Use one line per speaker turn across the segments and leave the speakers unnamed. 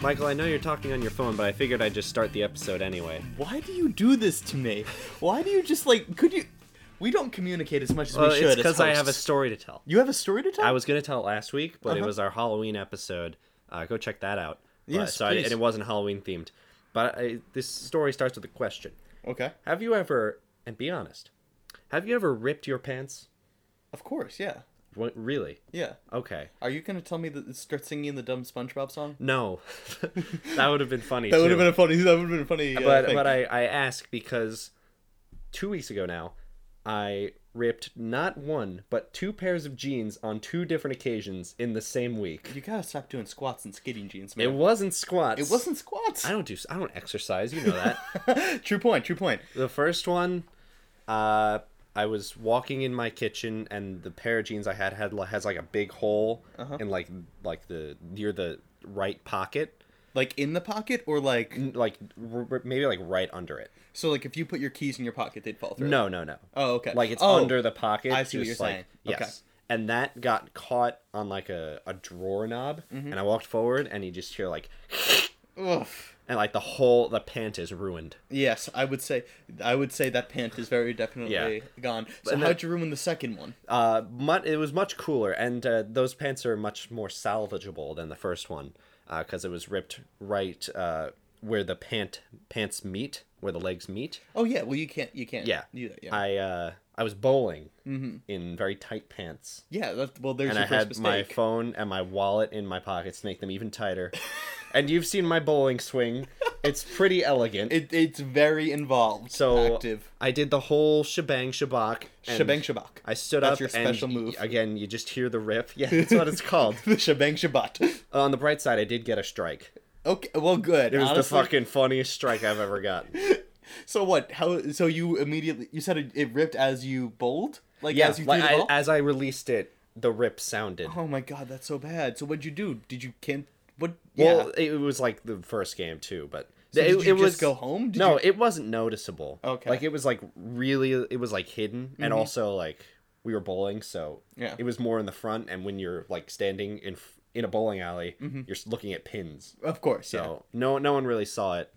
Michael, I know you're talking on your phone, but I figured I'd just start the episode anyway.
Why do you do this to me? Why do you just like? Could you? We don't communicate as much as
Well,
we should.
it's
as
because I have a
hosts.
story to tell.
You have a story to tell.
I was gonna tell it last week, but it
Uh-huh.
was our Halloween episode. Uh, go check that out. But-
Yes,
so I-
please.
and it wasn't Halloween themed, but I, this story starts with a question:
okay.
Have you ever, and be honest, have you ever ripped your pants?
Of course. Yeah.
What, really?
Yeah.
Okay.
Are you gonna tell me that start singing the dumb SpongeBob song?
No, that would have been funny.
That
too.
would have been a funny. That would have been a funny. Uh,
but
thing.
but I, I ask because two weeks ago now I ripped not one but two pairs of jeans on two different occasions in the same week.
you gotta stop doing squats and skating jeans,
It
man.
wasn't squats.
It, wasn't squats.
I don't do. I don't exercise. You know that.
true point. True point.
the first one, uh, I was walking in my kitchen and the pair of jeans I had had has like a big hole
Uh-huh.
in like like the near the right pocket,
Like in the pocket or like
like r- r- maybe like right under it.
so like if you put your keys in your pocket they'd fall through.
No, no, no.
Oh, okay.
Like it's
Oh,
under the pocket.
I see what
just
you're
like-
saying. Okay.
Yes. And that got caught on like a, a drawer knob, and I walked forward, and you just hear like,
Oof.
and like the whole the pant is ruined.
Yes, I would say I would say that pant is very definitely
Yeah.
gone. So
And
how'd
that-
you ruin the second one?
Uh, mu- it was much cooler, and uh, those pants are much more salvageable than the first one, because it was ripped right uh, where the pant pants meet, where the legs meet.
Oh yeah, well you can't you can't
Yeah. Mm-hmm.
do that, yeah.
I uh, I was bowling in very tight pants.
yeah, that, well there's
and
your
I
first
had
mistake.
my phone and my wallet in my pockets to make them even tighter. and you've seen my bowling swing; it's pretty elegant.
It, it's very involved.
so
active.
I did the whole shebang shabak. and
Shebang Shabak.
I stood
That's
up.
your
and
special
y-
move.
Again, you just hear the rip. Yeah, that's what it's called.
the Shebang Shabat.
On the bright side, I did get a strike.
Okay, well good.
It was
Honestly,
the fucking funniest strike I've ever gotten.
So what? How so you immediately you said it, it ripped as you bowled? Like
yeah,
as you threw
like,
the
I-
ball?
as I released it, the rip sounded.
Oh my god, that's so bad. So what'd you do? Did you can't what yeah.
Well, it was like the first game too, but
So
it,
did you
it
just
was
go home? Did
no,
you-
it wasn't noticeable.
Okay. Mm-hmm.
like it was like really, it was like hidden, and also like we were bowling, so
Yeah.
it was more in the front. And when you're like standing in f- in a bowling alley, you're s- looking at pins,
Of course, Mm-hmm. yeah.
so no no one really saw it.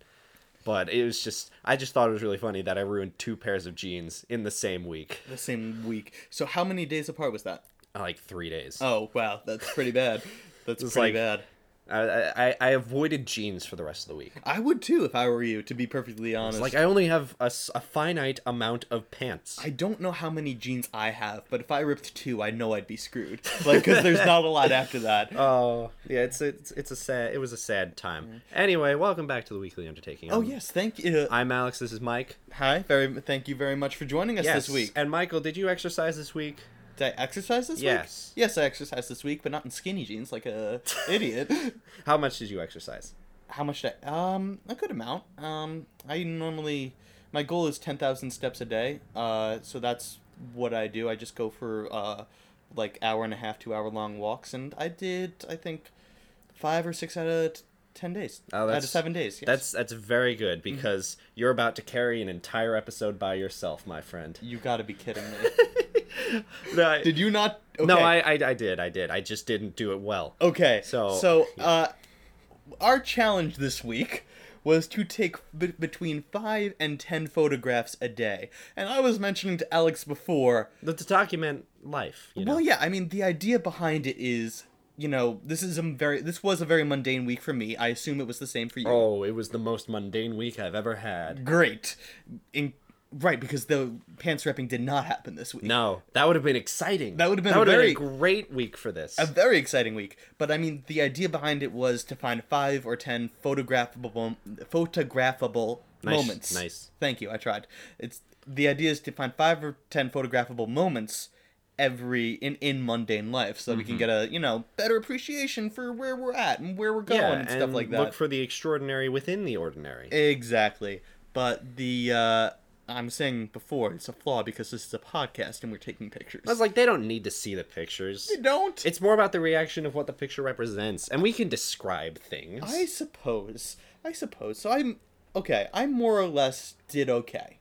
But it was just, I just thought it was really funny that I ruined two pairs of jeans in the same week,
The same week. So how many days apart was that?
Uh, like three days.
Oh wow, that's pretty bad. That's pretty
like-
bad.
I, I I avoided jeans for the rest of the week.
I would too if I were you, to be perfectly honest.
Like I only have a, s- a finite amount of pants.
I don't know how many jeans I have, but if I ripped two, I know I'd be screwed. Like, because there's not a lot after that.
Oh yeah, it's it's it's a sad it was a sad time. Anyway, welcome back to the weekly undertaking.
Mm-hmm. oh
I'm-
yes, thank you.
I'm Alex. This is Mike.
Hi, very thank you very much for joining us
Yes,
this week.
And Michael, did you exercise this week?
Did I exercise this
Yes.
week? Yes, I exercised this week, but not in skinny jeans like a idiot.
How much did you exercise?
How much did I? Um, a good amount. Um, I normally my goal is ten thousand steps a day. Uh, so that's what I do. I just go for uh, like hour and a half, two hour long walks, and I did I think five or six out of t- ten days.
Oh,
out of
that's-
seven days. Yes.
That's that's very good
Mm-hmm.
because you're about to carry an entire episode by yourself, my friend.
you got to be kidding me.
No, I,
did you not? Okay.
no I, I I did I did I just didn't do it well.
Okay.
So-
so uh, our challenge this week was to take b- between five and ten photographs a day, and I was mentioning to Alex before.
But to document life, you know.
Well, yeah, I mean the idea behind it is, you know, this is a very this was a very mundane week for me. I assume it was the same for you.
Oh, it was the most mundane week I've ever had.
Great, In, right? Because the pants repping did not happen this week.
No, that would have been exciting.
That would have been
that would
very-
have been a great week for this.
a very exciting week. But I mean, the idea behind it was to find five or ten photographable mom- photographable
Nice,
moments.
nice.
Thank you. I tried. It's the idea is to find five or ten photographable moments every in in mundane life, so we
Mm-hmm.
can get a you know better appreciation for where we're at and where we're going and, stuff like that.
Look for the extraordinary within the ordinary.
Exactly. But the uh I'm saying before it's a flaw because this is a podcast and we're taking pictures.
I was like, they don't need to see the pictures.
You don't.
It's more about the reaction of what the picture represents, and we can describe things.
I suppose. I suppose. So I'm okay. I more or less did okay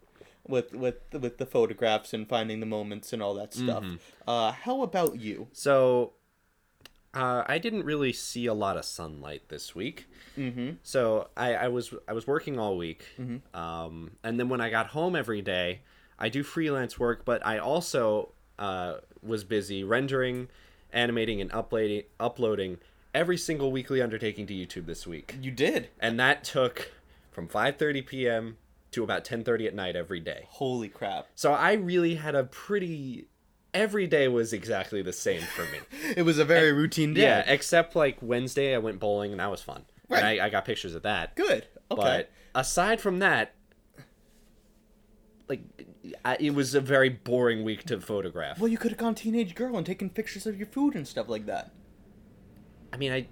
with with with the Mm-hmm. photographs and finding the moments and all that stuff. Uh, how about you?
So, Uh, I didn't really see a lot of sunlight this week,
Mm-hmm.
so I, I was I was working all week, um, and then when I got home every day, I do freelance work, but I also uh, was busy rendering, animating, and uploading uploading every single weekly undertaking to YouTube this week,
You did.
and that took from 5:30 p.m. to about 10:30 at night every day.
Holy crap.
So I really had a pretty every day was exactly the same for me.
It was a very routine day.
Yeah, except like Wednesday, I went bowling and that was fun. And
Right.
I, I got pictures of that.
Good. Okay.
But aside from that, like I, it was a very boring week to photograph.
well, you could have gone teenage girl and taken pictures of your food and stuff like that.
I mean, I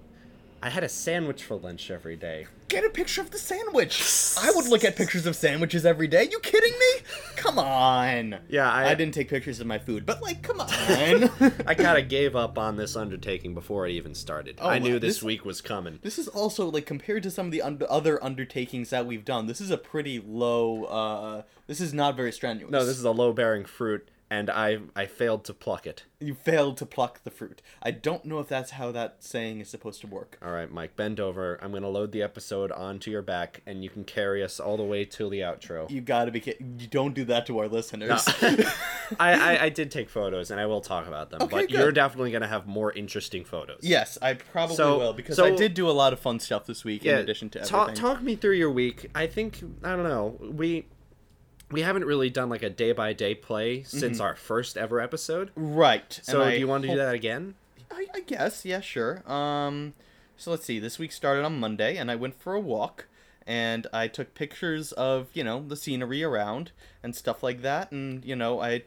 I had a sandwich for lunch every day.
Get a picture of the sandwich. I would look at pictures of sandwiches every day. You kidding me? Come on.
Yeah, I-
I didn't take pictures of my food, but like, come on.
I kind of gave up on this undertaking before it even started. I
Oh, wow,
knew this,
this-
week was coming.
This is also like compared to some of the un- other undertakings that we've done. This is a pretty low. uh This is not very strenuous.
No, this is a low bearing fruit, and I I failed to pluck it.
you failed to pluck the fruit. I don't know if that's how that saying is supposed to work.
All right, Mike, bend over. I'm gonna load the episode onto your back, and you can carry us all the way till the outro.
You gotta be kidding. You don't do that to our listeners.
I, I, I did take photos and I will talk about them,
Okay,
but
good.
you're definitely going to have more interesting photos.
yes, I probably
So-
will because
so-
I did do a lot of fun stuff this week. in addition to
ta-
everything,
Talk, me through your week. I think, I don't know, we we haven't really done like a day by day play since our first ever episode.
right.
So
and Mm-hmm. I
do you want to
hope-
do that again?
I, I guess, yeah, sure. Um, so let's see. This week started on Monday, and I went for a walk, and I took pictures of you know the scenery around and stuff like that, and you know I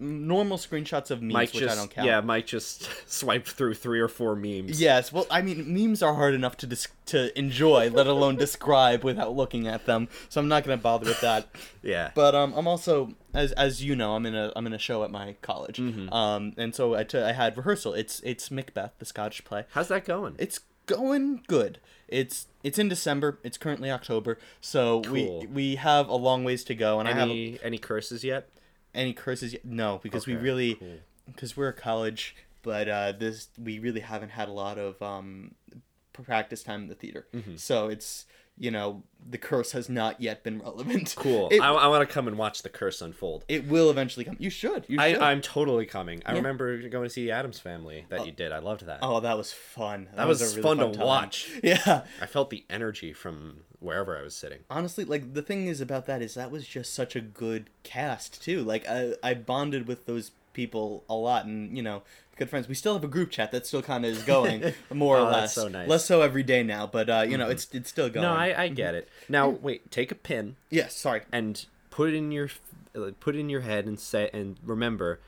normal screenshots of memes,
Mike
which
just,
I don't count.
yeah, Mike just swiped through three or four memes.
Yes, well, I mean, memes are hard enough to dis- to enjoy, let alone describe without looking at them. So I'm not gonna bother with that.
Yeah.
But um, I'm also as as you know, I'm in a I'm in a show at my college.
Mm-hmm.
Um, and so I, t- I had rehearsal. It's it's Macbeth, the Scottish play.
How's that going?
It's going good. It's it's in December. It's currently October, so
Cool.
we we have a long ways to go. And I have a-
any any curses yet?
any curses? yet? No, because we
Okay,
really because we're a college, but uh, this we really haven't had a lot of um, p- practice time in the theater.
Mm-hmm.
So it's you know the curse has not yet been relevant.
Cool.
It,
I, I want to come and watch the curse unfold.
it will eventually come. You should. You
I,
should.
I'm totally coming. I remember going to see the Adams Family that you did. I loved that.
Oh, that was fun. That,
Uh, That
was,
was,
a really
fun, to
time.
watch.
Yeah.
I felt the energy from wherever I was sitting.
honestly like the thing is about that is that was just such a good cast too like i i bonded with those people a lot and you know good friends we still have a group chat that still kind of is going more
Oh,
or less
that's so nice. Mm-hmm.
less so every day now but uh you know it's it's still going
No, I, I get it. Now wait, take a pin
yeah sorry
and put it in your uh, put it in your head and say and remember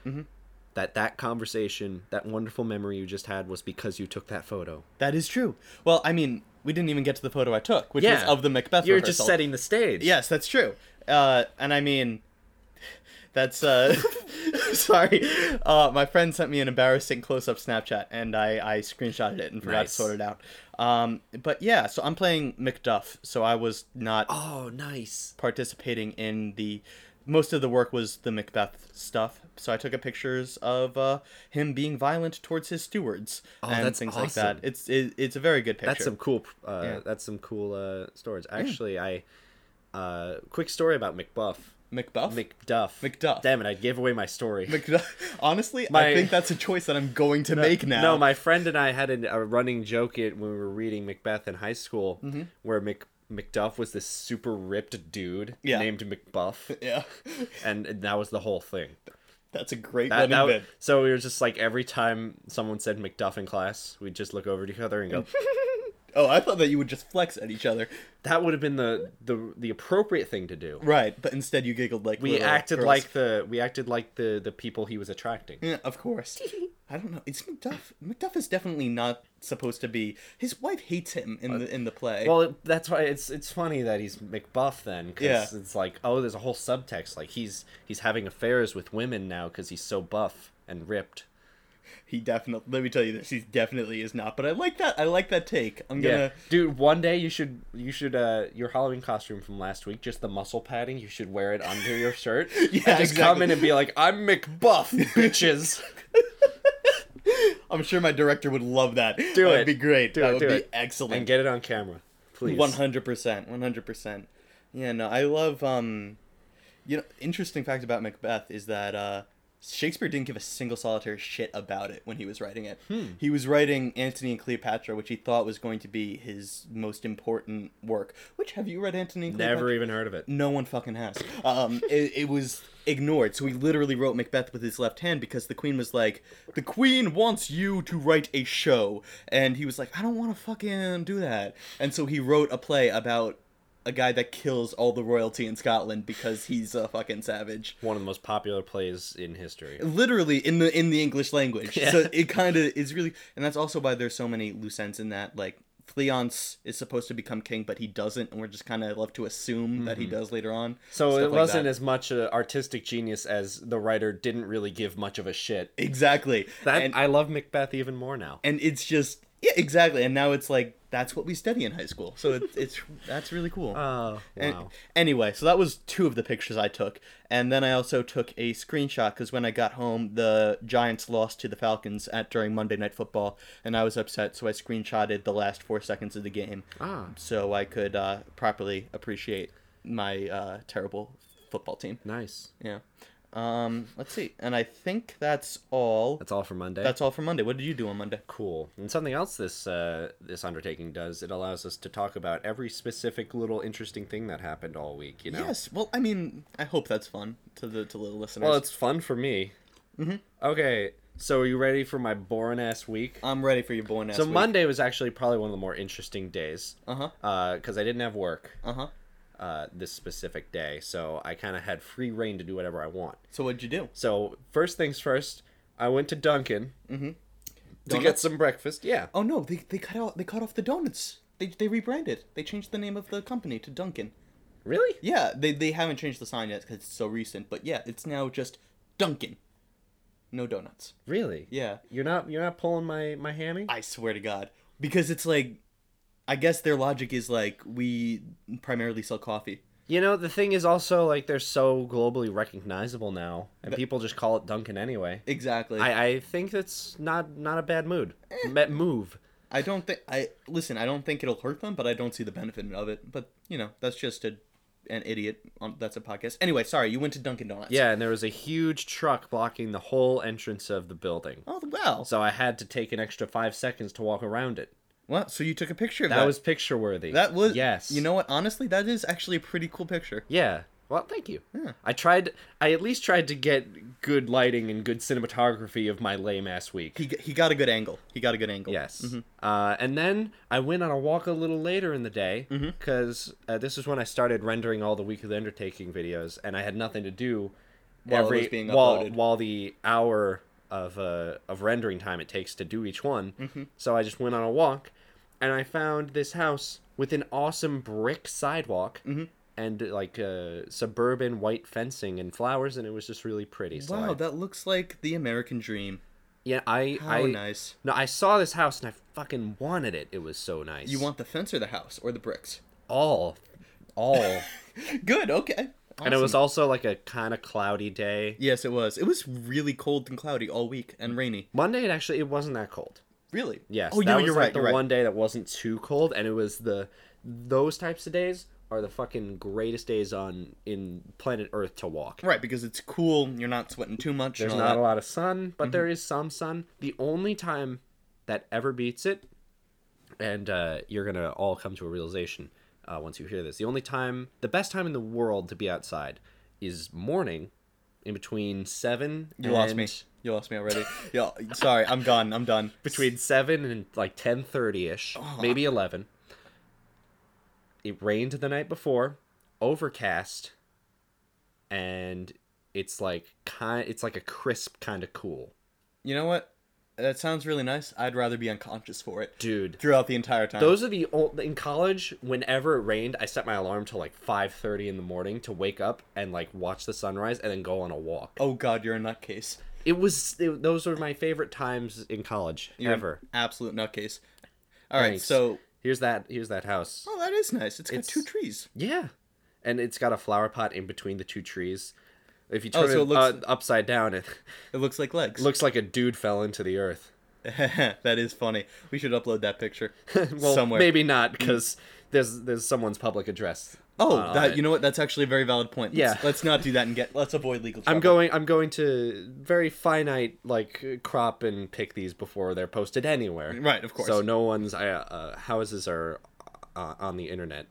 that that conversation, that wonderful memory you just had, was because you took that photo.
that is true well i mean we didn't even get to the photo i took which was
Yeah.
of the macbeth
You're just
rehearsal.
setting the stage.
Yes, that's true. Uh, and I mean, that's uh, sorry. Uh, my friend sent me an embarrassing close-up Snapchat, and I I screenshotted it and forgot
Nice.
to sort it out. Um, but yeah, so I'm playing Macduff, so I was not
Oh, nice.
participating in the. Most of the work was the Macbeth stuff, so I took a pictures of uh, him being violent towards his stewards and
Oh, that's
things like that.
awesome.
It's it, it's a very good picture.
That's some cool. Uh,
Yeah.
That's some cool uh, stories. Actually, I uh, quick story about McBuff.
Macbeth.
McDuff.
McDuff.
Damn it! I gave away my story.
McDuff. Honestly, I
My-
think that's a choice that I'm going to make now.
No, my friend and I had an, a running joke it when we were reading Macbeth in high school,
Mm-hmm.
where Mac, Macduff was this super ripped dude
Yeah.
named McBuff,
yeah,
and, and that was the whole thing.
that's a great
That-
running
that-
bit.
so we were just like every time someone said Macduff in class, we'd just look over at each other and go,
Oh, I thought that you would just flex at each other,
"That would have been the the the appropriate thing to do."
right? But instead, you giggled like
We
little
acted
girls.
like the we acted like the the people he was attracting.
Yeah, of course. I don't know. It's McDuff. McDuff is definitely not supposed to be. His wife hates him in the in the play.
Well, it- that's why it's it's funny that he's McBuff then, because
Yeah.
it's like oh, there's a whole subtext like he's he's having affairs with women now because he's so buff and ripped.
he definitely. Let me tell you this. He definitely is not. But I like that. I like that take. I'm
Yeah,
gonna.
dude. One day you should you should uh your Halloween costume from last week, just the muscle padding. You should wear it under your shirt. yeah, just come
exactly.
in and be like, I'm McBuff, bitches.
I'm sure my director would love that.
Do
That'd
it.
be great.
Do
that
it,
would
do
be
it. and
excellent.
get it on camera, please.
One hundred percent. One hundred percent. Yeah, no, I love. um You know, interesting fact about Macbeth is that uh Shakespeare didn't give a single solitary shit about it when he was writing it.
Hmm.
He was writing Antony and Cleopatra, which he thought was going to be his most important work. Which have you read Antony and Cleopatra?
Never even heard of it.
No one fucking has. Um, it, it was ignored. So he literally wrote Macbeth with his left hand because the queen was like, "The queen wants you to write a show," and he was like, "I don't want to fucking do that." And so he wrote a play about a guy that kills all the royalty in Scotland because he's a fucking savage.
One of the most popular plays in history.
Literally in the in the English language.
Yeah.
So it kind of is really, and that's also why there's so many loose ends in that. Like Cleonce is supposed to become king, but he doesn't, and we're just kind of left to assume that he does later on.
Mm-hmm. So
Stuff
it
like
wasn't
that.
as much uh, artistic genius as the writer didn't really give much of a shit.
Exactly.
That
and,
I love Macbeth even more now.
and it's just yeah, exactly. And now it's like that's what we study in high school. So it's it's that's really cool.
Oh
And-
wow!
anyway, so that was two of the pictures I took, and then I also took a screenshot because when I got home, the Giants lost to the Falcons at during Monday Night Football, and I was upset, so I screenshotted the last four seconds of the game,
Ah.
so I could uh, properly appreciate my uh, terrible football team.
nice.
Yeah. Um, let's see, and I think that's all.
That's all for Monday.
That's all for Monday. What did you do on Monday?
cool. And something else this uh, this undertaking does it allows us to talk about every specific little interesting thing that happened all week. You know.
Yes. Well, I mean, I hope that's fun to the to the listeners.
Well, it's fun for me. Mm-hmm. Okay, so are you ready for my boring ass week?
I'm ready for your boy next
so Monday was actually probably one of the more interesting days.
Uh huh.
because I didn't have work
Uh huh.
uh, this specific day, so I kind of had free reign to do whatever I want.
So what'd you do?
So first things first, I went to Dunkin' to get
Mm-hmm. Donuts?
some breakfast. Yeah,
Oh no, they they cut out they cut off the donuts. They they rebranded. They changed the name of the company to Dunkin'.
really?
Yeah, they they haven't changed the sign yet because it's so recent. But yeah, it's now just Dunkin'. No donuts.
Really?
Yeah.
You're not you're not pulling my my hammy.
I swear to God, because it's like, I guess their logic is like we primarily sell coffee.
You know the thing is also like they're so globally recognizable now, and people just call it Dunkin' anyway.
Exactly.
I, I think that's not not a bad mood.
Eh.
Me- move.
I don't think I listen. I don't think it'll hurt them, but I don't see the benefit of it. But you know, that's just a an idiot. On, that's a podcast. Anyway, sorry. You went to Dunkin' Donuts.
Yeah, and there was a huge truck blocking the whole entrance of the building.
Oh wow.
So I had to take an extra five seconds to walk around it.
What? So you took a picture of that?
That was picture worthy.
that was
yes.
You know what? Honestly, that is actually a pretty cool picture.
Yeah. Well, thank you. I tried. I at least tried to get good lighting and good cinematography of my lame ass week.
He, he got a good angle. He got a good angle.
Yes.
Mm-hmm.
Uh, and then I went on a walk a little later in the day
Mm-hmm.
because uh, this is when I started rendering all the Week of the Undertaking videos, and I had nothing to do
While it
every
was being
while,
uploaded.
while the hour of uh, of rendering time it takes to do each one.
Mm-hmm.
So I just went on a walk, and I found this house with an awesome brick sidewalk.
Mm-hmm.
And uh, like uh, suburban white fencing and flowers, and it was just really pretty. So
Wow,
I-
that looks like the American dream.
yeah, I
How
I
nice.
no, I saw this house and I fucking wanted it. It was so nice.
You want the fence or the house or the bricks?
all, all,
Good. Okay.
and it
Awesome.
was also like a kind of cloudy day.
Yes, it was. It was really cold and cloudy all week and rainy.
Monday, it actually it wasn't that cold.
Really?
Yes,
Oh,
that
no,
was,
you're
like,
right.
The
you're right.
one day that wasn't too cold, and it was the those types of days are the fucking greatest days on in planet Earth to walk.
Right, because it's cool. You're not sweating too much.
There's
and
not
all
a lot of sun,
Mm-hmm.
but there is some sun. The only time that ever beats it, and uh, you're gonna all come to a realization uh, once you hear this. The only time, the best time in the world to be outside is morning, in between seven.
that. You lost
and-
me. You lost me already. yeah. Sorry. I'm gone. I'm done.
Between seven and like ten thirty ish,
Oh.
maybe eleven. It rained the night before, overcast, and it's like kind. It's like a crisp kind of cool,
You know what? That sounds really nice. I'd rather be unconscious for it
dude.
throughout the entire time.
Those are the old in college. Whenever it rained, I set my alarm to like five thirty in the morning to wake up and like watch the sunrise and then go on a walk.
Oh God, you're a nutcase.
It was it, those were my favorite times in college
You're an
ever.
absolute nutcase. All right.
Thanks.
So.
Here's that here's that house.
Oh, that is nice. It's got
It's-
two trees.
Yeah, and it's got a flower pot in between the two trees. If you turn
Oh, so
it,
it looks-
uh, upside down, it
It looks like legs.
looks like a dude fell into the earth.
that is funny. We should upload that picture
well,
somewhere. Mm.
maybe not because there's there's someone's public address.
Oh,
on
that
it.
you know what? That's actually a very valid point. Let's-
Yeah.
Let's, not do that and get. Let's avoid legal trouble.
I'm going. I'm going to very finite like crop and pick these before they're posted anywhere.
Right, of course.
So no one's I, uh, houses are uh, on the internet.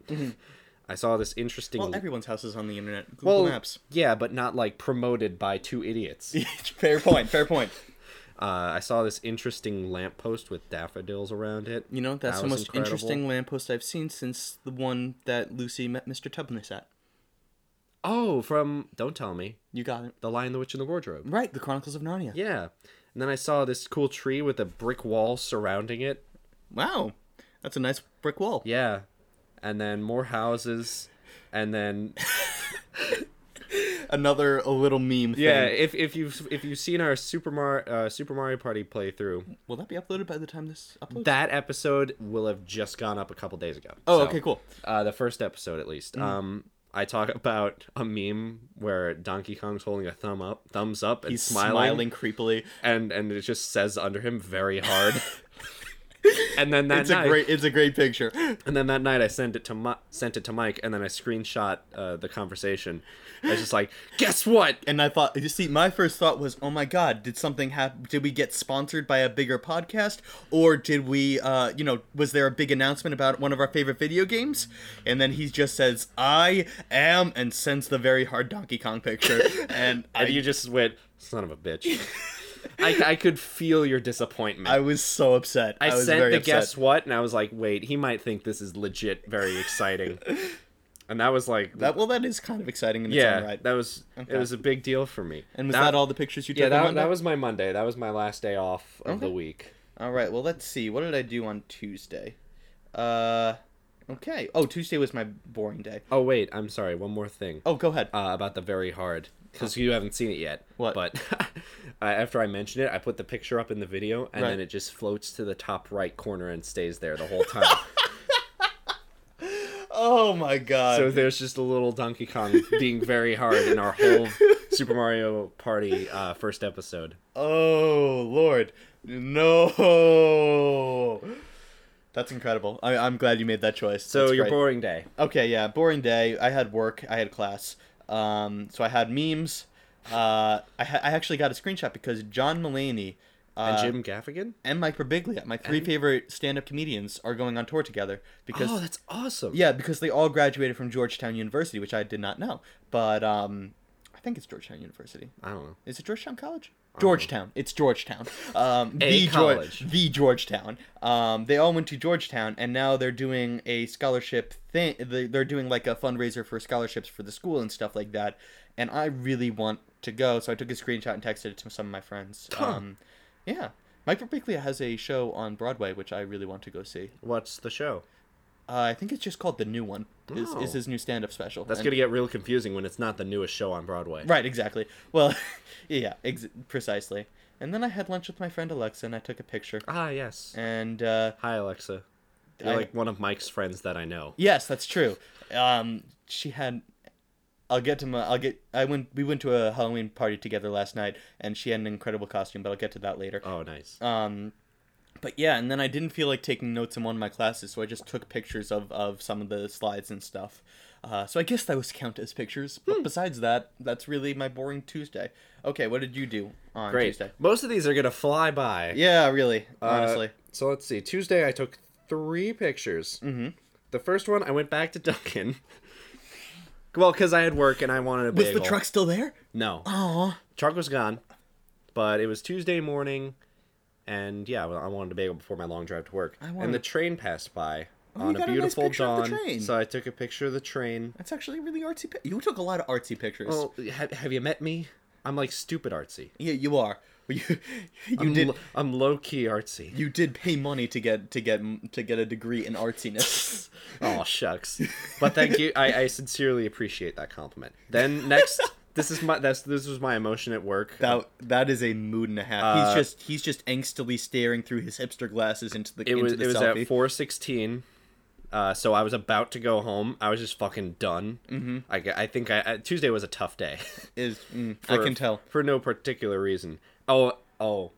I saw this interesting.
Mm-hmm. Well, everyone's house is on the internet. Google
Well,
Maps.
yeah, but not like promoted by two idiots.
fair point. Fair point.
Uh, I saw this interesting lamppost with daffodils around it.
You know, that's
That
the
was
most
incredible.
interesting lamppost I've seen since the one that Lucy met Mr. Tubbiness at.
Oh, from Don't Tell Me,
You got it.
The Lion, the Witch, and the Wardrobe.
Right, The Chronicles of Narnia.
Yeah. And then I saw this cool tree with a brick wall surrounding it.
Wow. That's a nice brick wall.
Yeah. And then more houses. And then
Another a little meme thing.
yeah, if, if you've if you've seen our Super Mar- uh, Super Mario Party playthrough,
Will that be uploaded by the time this uploads?
that episode will have just gone up a couple days ago.
oh,
So,
okay, cool.
Uh, the first episode, at least. Um, I talk about a meme where Donkey Kong's holding a thumb up, thumbs up, and
He's
smiling,
smiling creepily.
and and it just says under him very hard. and then that
It's
night,
a great it's a great picture.
and then that night I sent it to Mi- sent it to Mike, and then I screenshot uh, the conversation. I was just like, guess what?
And I thought you see, my first thought was, Oh my god, did something happen did we get sponsored by a bigger podcast? Or did we uh you know, was there a big announcement about one of our favorite video games? And then he just says, I am and sends the very hard Donkey Kong picture. and I
And you just went, son of a bitch. I, I could feel your disappointment.
I was so upset. I,
I,
was
sent
very
the
upset.
guess what, and I was like, wait, he might think this is legit very exciting. and that was like,
That well, that is kind of exciting in its
yeah,
own right.
that was it was a big deal for me.
and was that, all the pictures you took?
Yeah,
on
that,
Monday?
that was my Monday. That was my last day off of the week.
All right. Well, let's see. What did I do on Tuesday? Uh, okay. Oh, Tuesday was my boring day.
Oh wait, I'm sorry. One more thing.
Oh, go ahead.
uh, about the very hard because you haven't seen it yet.
What?
But I, after I mentioned it, I put the picture up in the video, and
Right.
then it just floats to the top right corner and stays there the whole time.
oh my God.
so there's just a little Donkey Kong being very hard in our whole Super Mario Party uh, first episode.
oh Lord, no. That's incredible. I, I'm glad you made that choice.
So
That's
your
great.
boring day.
Okay, yeah, boring day. I had work. I had class. Um, so I had memes. Uh, I, ha- I actually got a screenshot because John Mulaney uh,
And Jim Gaffigan.
and Mike Birbiglia, my three favorite stand-up comedians, are going on tour together because
Oh, that's awesome.
yeah, because they all graduated from Georgetown University, which I did not know, but um, I think it's Georgetown University.
I don't know.
Is it Georgetown College? Georgetown. It's Georgetown. Um,
A
the Geor-
college.
the Georgetown. Um, they all went to Georgetown, and now they're doing a scholarship thing. they- They're doing like a fundraiser for scholarships for the school and stuff like that. And I really want to go, so I took a screenshot and texted it to some of my friends. Um, yeah. Mike Birbiglia has a show on Broadway, which I really want to go see.
What's the show?
Uh, I think it's just called the new one. Is,
Oh.
is his new stand-up special?
That's
And-
gonna get real confusing when it's not the newest show on Broadway.
Right, exactly. Well, yeah, ex- precisely. And then I had lunch with my friend Alexa, and I took a picture.
Ah, yes.
And uh,
Hi, Alexa. You're
I-
like one of Mike's friends that I know.
yes, that's true. Um, she had. I'll get to my. I'll get. I went. We went to a Halloween party together last night, and she had an incredible costume. But I'll get to that later.
Oh, nice.
Um, but yeah, and then I didn't feel like taking notes in one of my classes, so I just took pictures of, of some of the slides and stuff. Uh, so I guess that was count as pictures. But
Hmm.
besides that, that's really my boring Tuesday. Okay, what did you do on
Great.
Tuesday?
Most of these are gonna fly by.
Yeah, really,
Uh,
honestly.
so let's see. Tuesday, I took three pictures. Mm-hmm. The first one, I went back to Duncan. well, because I had work and I wanted a
was
bagel.
the truck still there?
No,
Oh,
truck was gone. But it was Tuesday morning, and yeah, well, I wanted a bagel before my long drive to work.
wanted- Oh,
And the train passed by
you
on a
got a nice
beautiful
picture of the
dawn.
train.
So I took a picture of the train.
that's actually really artsy. Pi- you took a lot of artsy pictures.
Well, have, have you met me? I'm like stupid artsy.
Yeah, you are. You, you
I'm
did.
lo- I'm low key artsy.
you did pay money to get to get to get a degree in artsiness.
Oh shucks. But thank you. I, I sincerely appreciate that compliment. Then next, this is my that's this was my emotion at work.
That that is a mood and a half.
Uh,
he's just he's just angstily staring through his hipster glasses into the
it
into
was
the
it was
selfie.
at four sixteen. Uh, so I was about to go home. I was just fucking done. Mm-hmm. I, g- I think I, I Tuesday was a tough day.
Is mm, I
for-
can tell.
for no particular reason. Oh oh,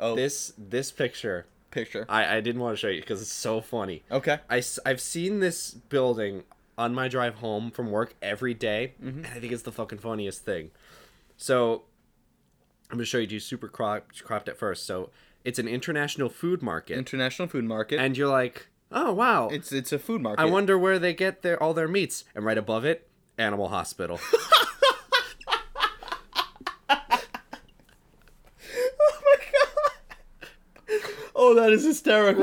Oh,
This this picture
picture.
I, I didn't want to show you because it's so funny.
Okay.
I, have seen this building on my drive home from work every day, and I think it's the fucking funniest thing. So, I'm going to show you two super cropped, cropped at first. So, it's an international food market,
International food market.
and you're like, oh, wow.
it's it's a food market.
I wonder where they get their all their meats. And right above it, Animal Hospital.
Oh, that is hysterical.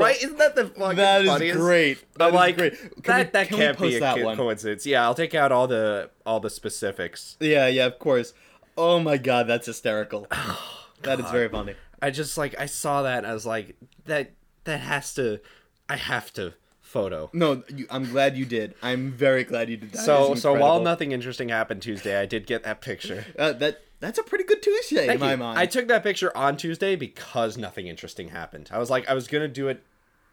right? Isn't that the fucking
That is
funniest?
great. That
I'm
is
like,
great. Can
that,
we-
that
can we
can't
post
be a
that
co-
one?
coincidence. Yeah, I'll take out all the all the specifics.
Yeah, yeah, of course. Oh my god, that's hysterical. That is very funny.
I just like I saw that and I was like that that has to I have to photo.
No, you, I'm glad you did. I'm very glad you did that.
so
is
so while
incredible.
nothing interesting happened Tuesday, I did get that picture.
uh, that that's a pretty good Tuesday in my mind.
I took that picture on Tuesday because nothing interesting happened. I was like I was going to do it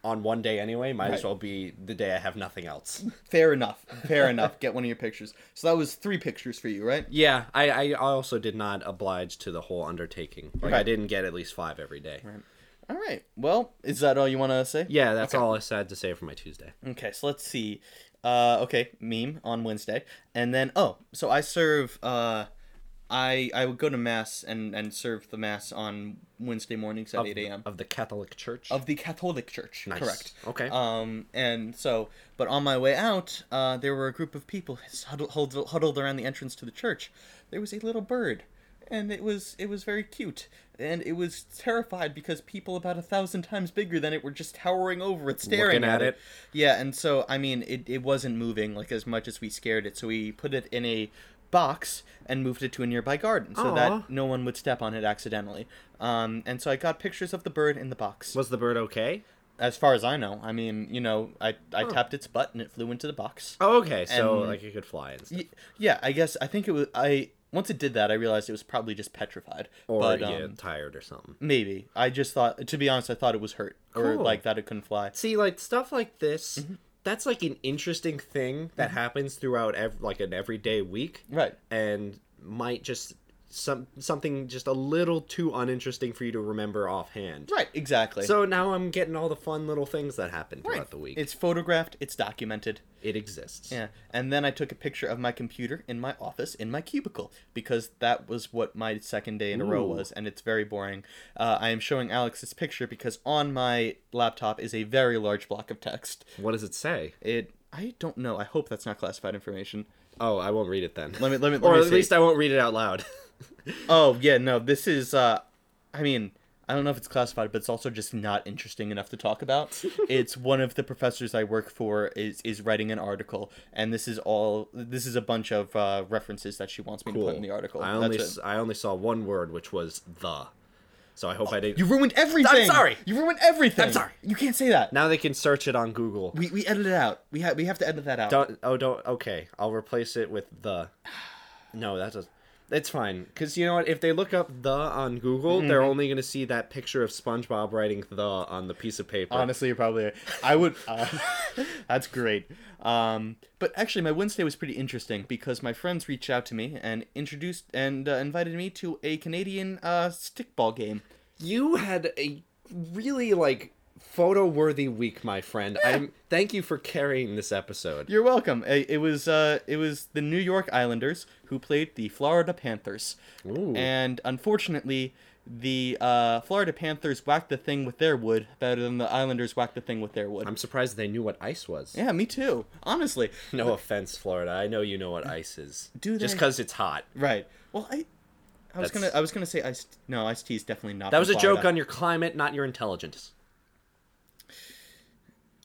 on one day anyway, might as
Right.
well be the day I have nothing else.
fair enough. Fair enough. Get one of your pictures. So that was three pictures for you, right?
Yeah, I, I also did not oblige to the whole undertaking. Like I
Right.
didn't get at least five every day.
All right. Well, is that all you want to say?
Yeah, that's all I had to say for my Tuesday.
Okay, so let's see. Uh, okay, meme on Wednesday, and then oh, so I serve. Uh, I I would go to mass and and serve the mass on Wednesday mornings at eight a.m.
Of the Catholic Church.
of the Catholic Church.
Nice.
Correct.
Okay.
Um, and so, but on my way out, uh, there were a group of people huddled, huddled, huddled around the entrance to the church. There was a little bird, and it was it was very cute, and it was terrified because people about a thousand times bigger than it were just towering over it, staring
Looking at
it.
it.
Yeah, and so I mean, it it wasn't moving like as much as we scared it, so we put it in a box and moved it to a nearby garden so
Aw.
that no one would step on it accidentally. Um, and so I got pictures of the bird in the box.
was the bird okay?
As far as I know, I mean, you know, I I tapped its butt and it flew into the box.
Oh, okay. So
And-
like it could fly and stuff.
Y- yeah, I guess I think it was I once it did that, I realized it was probably just petrified.
or
but
yeah,
um,
tired or something.
maybe I just thought, to be honest, I thought it was hurt or
Cool.
like that it couldn't fly.
See, like stuff like this,
Mm-hmm.
that's like an interesting thing that happens throughout ev- like an everyday week,
Right.
and might just some something just a little too uninteresting for you to remember offhand.
Right. Exactly.
So now I'm getting all the fun little things that happen throughout
Right.
the week.
It's photographed. It's documented.
it exists.
Yeah. And then I took a picture of my computer in my office in my cubicle because that was what my second day in a row
Ooh.
was, and it's very boring. Uh, I am showing Alex this picture because on my laptop is a very large block of text.
What does it say?
It. I don't know. I hope that's not classified information.
Oh, I won't read it then.
Let me. Let me. Let
or
me
at
see.
least I won't read it out loud.
Oh yeah. No. This is. Uh, I mean. I don't know if it's classified, but it's also just not interesting enough to talk about. it's one of the professors I work for is is writing an article, and this is all. This is a bunch of uh, references that she wants me to put in the article.
I only
That's
s- I only saw one word, which was the. So I hope I
it.
didn't.
You ruined everything.
sorry.
You ruined everything.
I'm sorry.
You can't say that.
Now they can search it on Google.
We we edited it out. We have we have to edit that out.
Don't. Oh, don't. Okay, I'll replace it with the. No, that does. It's fine, cause you know what? If they look up the on Google, they're
Mm-hmm.
only gonna see that picture of SpongeBob writing the on the piece of paper.
Honestly, you're probably right. I would. Uh, that's great. Um, but actually, my Wednesday was pretty interesting because my friends reached out to me and introduced and uh, invited me to a Canadian uh, stickball game.
you had a really like photo worthy week, my friend. I'm. Thank you for carrying this episode.
You're welcome. I- It was uh, it was the New York Islanders who played the Florida Panthers,
Ooh.
and unfortunately, the uh, Florida Panthers whacked the thing with their wood better than the Islanders whacked the thing with their wood.
I'm surprised they knew what ice was.
yeah, me too. Honestly,
No offense, Florida. I know you know what ice is.
Do
Just
they?
because it's hot.
Right. Well, I, I
That's-
was gonna, I was gonna say ice. No, ice tea is definitely not.
That was a
from
joke
Florida.
on your climate, not your intelligence.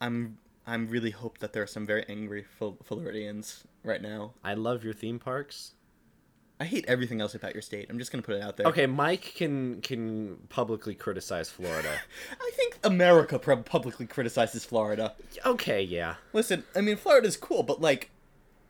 I'm, I'm really hope that there are some very angry Flo- Floridians right now.
I love your theme parks.
I hate everything else about your state. I'm just gonna put it out there.
Okay, Mike can can publicly criticize Florida.
I think America prob- publicly criticizes Florida.
okay, yeah.
Listen, I mean Florida's cool, but like,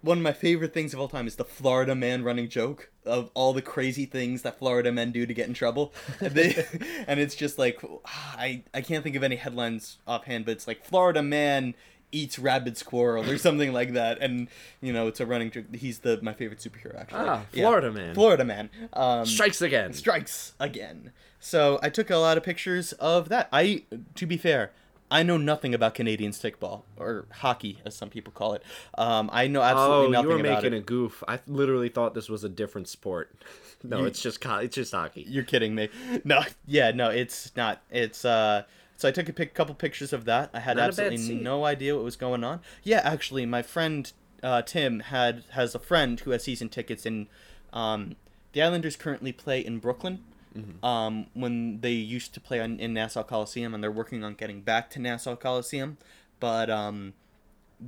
one of my favorite things of all time is the Florida man running joke of all the crazy things that Florida men do to get in trouble. And, they, and it's just like I I can't think of any headlines offhand, but it's like Florida man eats rabid squirrel or something like that, and you know it's a running. joke. He's the my favorite superhero actually.
Ah,
Yeah.
Florida man.
Florida man. Um,
Strikes again.
strikes again. So I took a lot of pictures of that. I, to be fair, I know nothing about Canadian stickball or hockey, as some people call it. Um, I know absolutely
oh,
nothing
you were
about
making
it.
a goof. I literally thought this was a different sport. no,
You-
it's just co- it's just hockey.
You're kidding me. No, yeah, no, it's not. It's uh. So I took a pic- couple pictures of that. I had
Not a bad
absolutely
scene.
no idea what was going on. Yeah, actually, my friend uh, Tim had has a friend who has season tickets, and um, the Islanders currently play in Brooklyn.
Mm-hmm.
Um, when they used to play on, in Nassau Coliseum, and they're working on getting back to Nassau Coliseum, but um,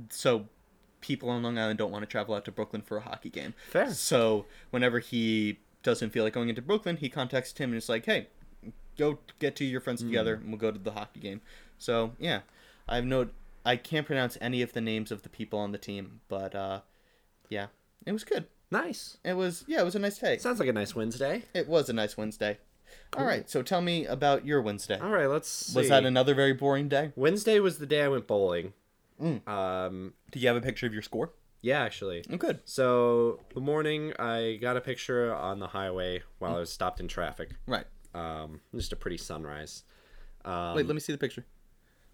so people on Long Island don't want to travel out to Brooklyn for a hockey game.
Fair.
So whenever he doesn't feel like going into Brooklyn, he contacts Tim and is like, "Hey, go get two of your friends
Hmm.
together, and we'll go to the hockey game." So yeah, I've no, I can't pronounce any of the names of the people on the team, but uh, yeah, it was good.
Nice.
It was yeah, it was a nice day.
Sounds like a nice Wednesday.
It was a nice Wednesday. All right, so tell me about your Wednesday.
All right, let's see.
Was that another very boring day?
Wednesday was the day I went bowling.
Mm.
Um,
Do you have a picture of your score?
yeah, actually.
I'm good.
So the morning I got a picture on the highway while
Mm.
I was stopped in traffic.
Right.
Um, just a pretty sunrise.
Wait, let me see the picture.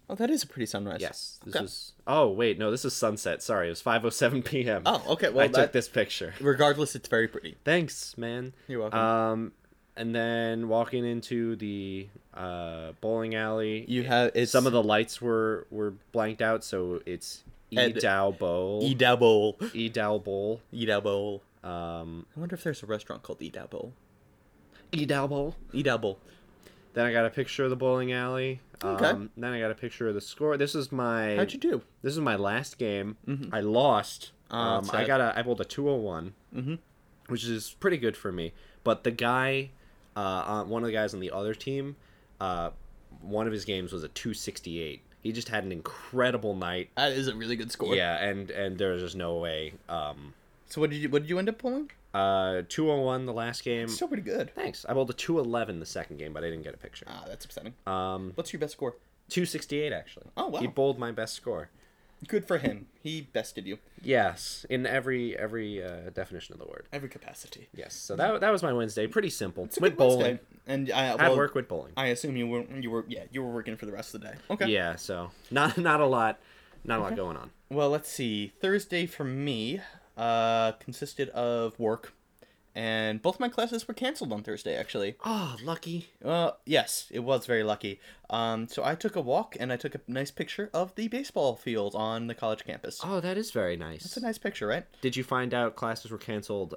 Oh, that is a pretty sunrise.
Um, Yes, this
Okay.
was. Oh wait, no, this is sunset. Sorry, it was 5:07 p.m.
Oh, okay, well,
I
that-
took this picture.
Regardless, it's very pretty.
Thanks, man.
You're welcome.
Um, and then walking into the uh, bowling alley,
You have it's
some of the lights were were blanked out, so it's
And-
Edow Bowl.
Edabo.
Edow Bowl.
Edabo.
Um,
I wonder if there's a restaurant called Edabo.
Edow E Bowl.
Edabo.
Then I got a picture of the bowling alley.
Okay.
Um, then I got a picture of the score. This is my
How'd you do?
this is my last game. I lost.
Mm-hmm. Ah,
um,
that's Mm-hmm.
I
sad.
got a I bowled a two hundred one, which is pretty good for me. But the guy, uh, on, one of the guys on the other team, uh, one of his games was a two sixty eight. He just had an incredible night.
That is a really good score.
Yeah, and and there was just no way. Um,
So what did you what did you end up pulling?
uh, two hundred one the last game.
Still pretty good.
Thanks. I bowled a two eleven the second game, but I didn't get a picture.
Ah, that's upsetting.
Um,
What's your best score?
two sixty eight actually.
Oh, wow.
He bowled my best score.
Good for him. He bested you
Yes, in every every uh, definition of the word.
every capacity.
Yes, so that, that was my Wednesday. Pretty simple.
It's a
Went
good
bowling.
Wednesday. and I
Had
well,
work went bowling.
I assume you were you were yeah you were working for the rest of the day. Okay.
Yeah, so not not a lot, not a lot going on.
Well, let's see. Thursday for me uh, consisted of work, and both my classes were canceled on Thursday. Actually,
Oh, lucky.
Uh, yes, it was very lucky. Um, so I took a walk and I took a nice picture of the baseball field on the college campus.
Oh, that is very nice.
It's a nice picture, right?
Did you find out classes were canceled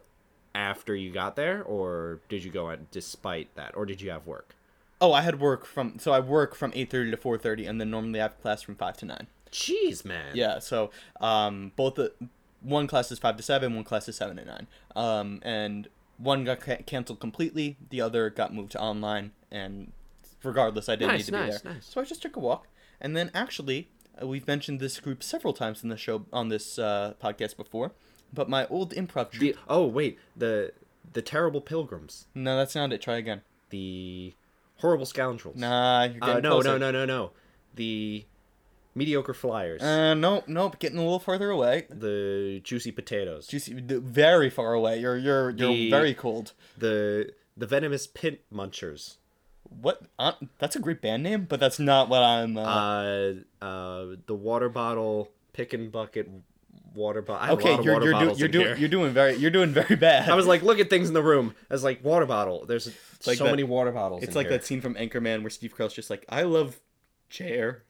after you got there, or did you go out despite that, or did you have work?
Oh, I had work from so I work from eight thirty to four thirty, and then normally I have class from five to nine.
Jeez, man.
Yeah, so um, both the one class is five to seven, one class is seven to nine. Um, and one got ca- canceled completely, the other got moved to online, and regardless, I didn't
Nice,
need to
nice,
be there.
nice.
So I just took a walk, and then actually, uh, we've mentioned this group several times in the show on this uh, podcast before, but my old improv troupe.
The, oh wait, the the terrible pilgrims,
no, that's not it. Try again.
the horrible scoundrels.
Nah, you're getting
Uh, no, no,
closer.
no, no, no. The mediocre flyers.
Uh, nope, nope. Getting a little further away.
the juicy potatoes.
Juicy, very far away. You're you're you're
The-
very cold.
the the venomous pit munchers.
What? Uh, that's a great band name, but that's not what I'm. Uh,
Uh, uh, the water bottle pick and bucket water bottle.
okay, you're you're, do, you're doing you're doing very you're doing very bad.
I was like, look at things in the room. I was like, water bottle. There's
like
so
that-
many water bottles.
it's
in
like
here.
that scene from Anchorman where Steve Carell's just like, I love chair.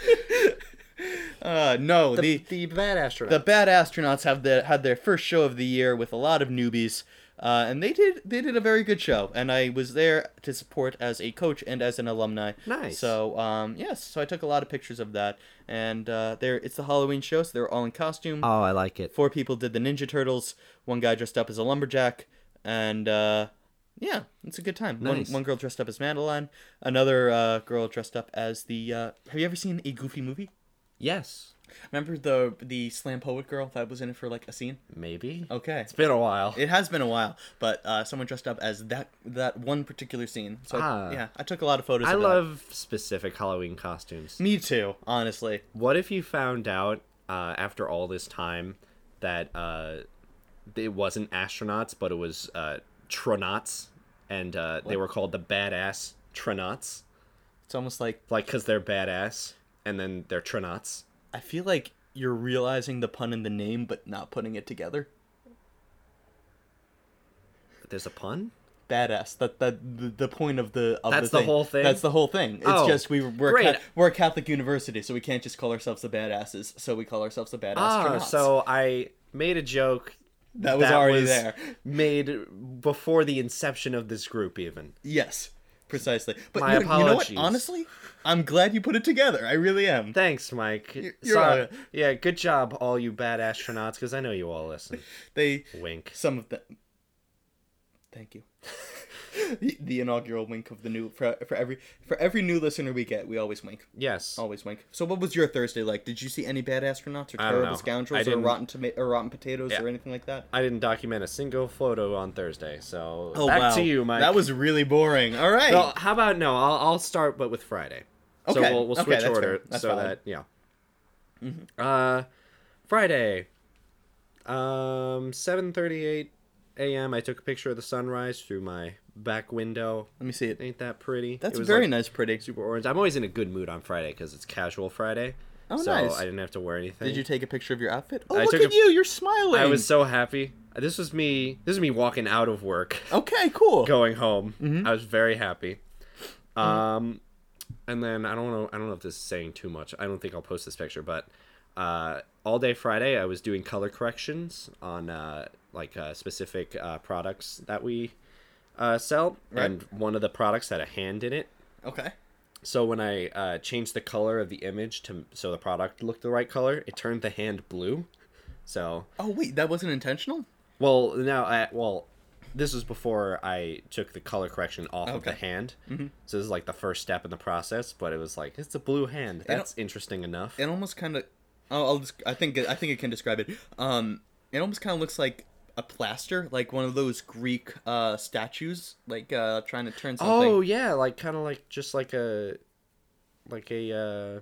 uh, no, the,
the the
the
bad astronaut.
bad astronauts have the had their first show of the year with a lot of newbies. Uh, and they did they did a very good show, and I was there to support as a coach and as an alumni.
Nice.
So um, yes, so I took a lot of pictures of that, and uh, there it's the Halloween show, so they're all in costume.
oh, I like it.
four people did the Ninja Turtles. One guy dressed up as a lumberjack, and uh, yeah, it's a good time.
Nice.
One, one girl dressed up as Madeline. Another uh, girl dressed up as the. Uh, have you ever seen a Goofy movie?
Yes.
Remember the the slam poet girl that was in it for like a scene?
Maybe.
Okay.
It's been a while.
It has been a while, but uh, someone dressed up as that that one particular scene. So I-
Ah.
yeah, I took a lot of photos.
I
of that.
love specific Halloween costumes.
Me too, honestly.
What if you found out uh, after all this time that uh, it wasn't astronauts, but it was uh, tronauts, and uh, they were called the badass tronauts,
It's almost like
like because they're badass, and then they're tronauts.
I feel like you're realizing the pun in the name, but not putting it together.
There's a pun.
Badass. That that the, the point of the of
That's the whole thing?
That's the whole thing. It's
Oh,
just we we're
great.
ca- we're a Catholic university, so we can't just call ourselves the badasses. So we call ourselves the badass.
Ah,
astronauts.
so I made a joke
that was already
was
there.
made before the inception of this group, even.
Yes, precisely. But
My
you, you know what?
apologies.
Honestly, I'm glad you put it together. I really am.
Thanks, Mike.
you're
Sorry.
right.
Yeah, good job, all you bad astronauts, because I know you all listen.
They
Wink.
some of them. Thank you. the, the inaugural wink of the new for, for every for every new listener we get, we always wink.
Yes.
Always wink. So, what was your Thursday like? Did you see any bad astronauts or
I don't
terrible
know. I
scoundrels or
didn't-
rotten toma- or rotten potatoes
Yeah.
or anything like that?
I didn't document a single photo on Thursday, so back to you, Mike.
Oh, That was really boring. All right.
Well, how about Oh, no? I'll, I'll start, but with Friday. So
Okay,
we'll, we'll
okay,
switch
that's fair.
order
That's Mm-hmm.
so
valid.
that yeah. Uh, Friday, um, seven thirty-eight a.m. I took a picture of the sunrise through my back window.
Let me see it.
Ain't that pretty?
That's
It was,
very
like,
nice, pretty.
Super orange. I'm always in a good mood on Friday because it's casual Friday.
Oh,
so
nice.
I didn't have to wear anything.
Did you take a picture of your outfit? Oh,
I
look
took
at
a-
you! You're smiling.
I was so happy. This was me. This is me walking out of work.
okay. Cool.
going home. I was very happy. Um, and then I don't know. I don't know if this is saying too much. I don't think I'll post this picture, but uh, all day Friday I was doing color corrections on uh, like uh, specific uh, products that we uh, sell,
Right.
and one of the products had a hand in it.
Okay.
So when I uh, changed the color of the image to so the product looked the right color, it turned the hand blue. So
Oh wait, that wasn't intentional.
well, now, I, well, this was before I took the color correction off of
Okay. Mm-hmm.
the hand. So this is like the first step in the process, but it was like it's a blue hand. That's interesting enough.
It almost kind of. Oh, I'll just. I think. I think it can describe it. Um, it almost kind of looks like a plaster, like one of those Greek uh statues, like uh trying to turn something.
oh yeah, like kind of like just like a, like a uh,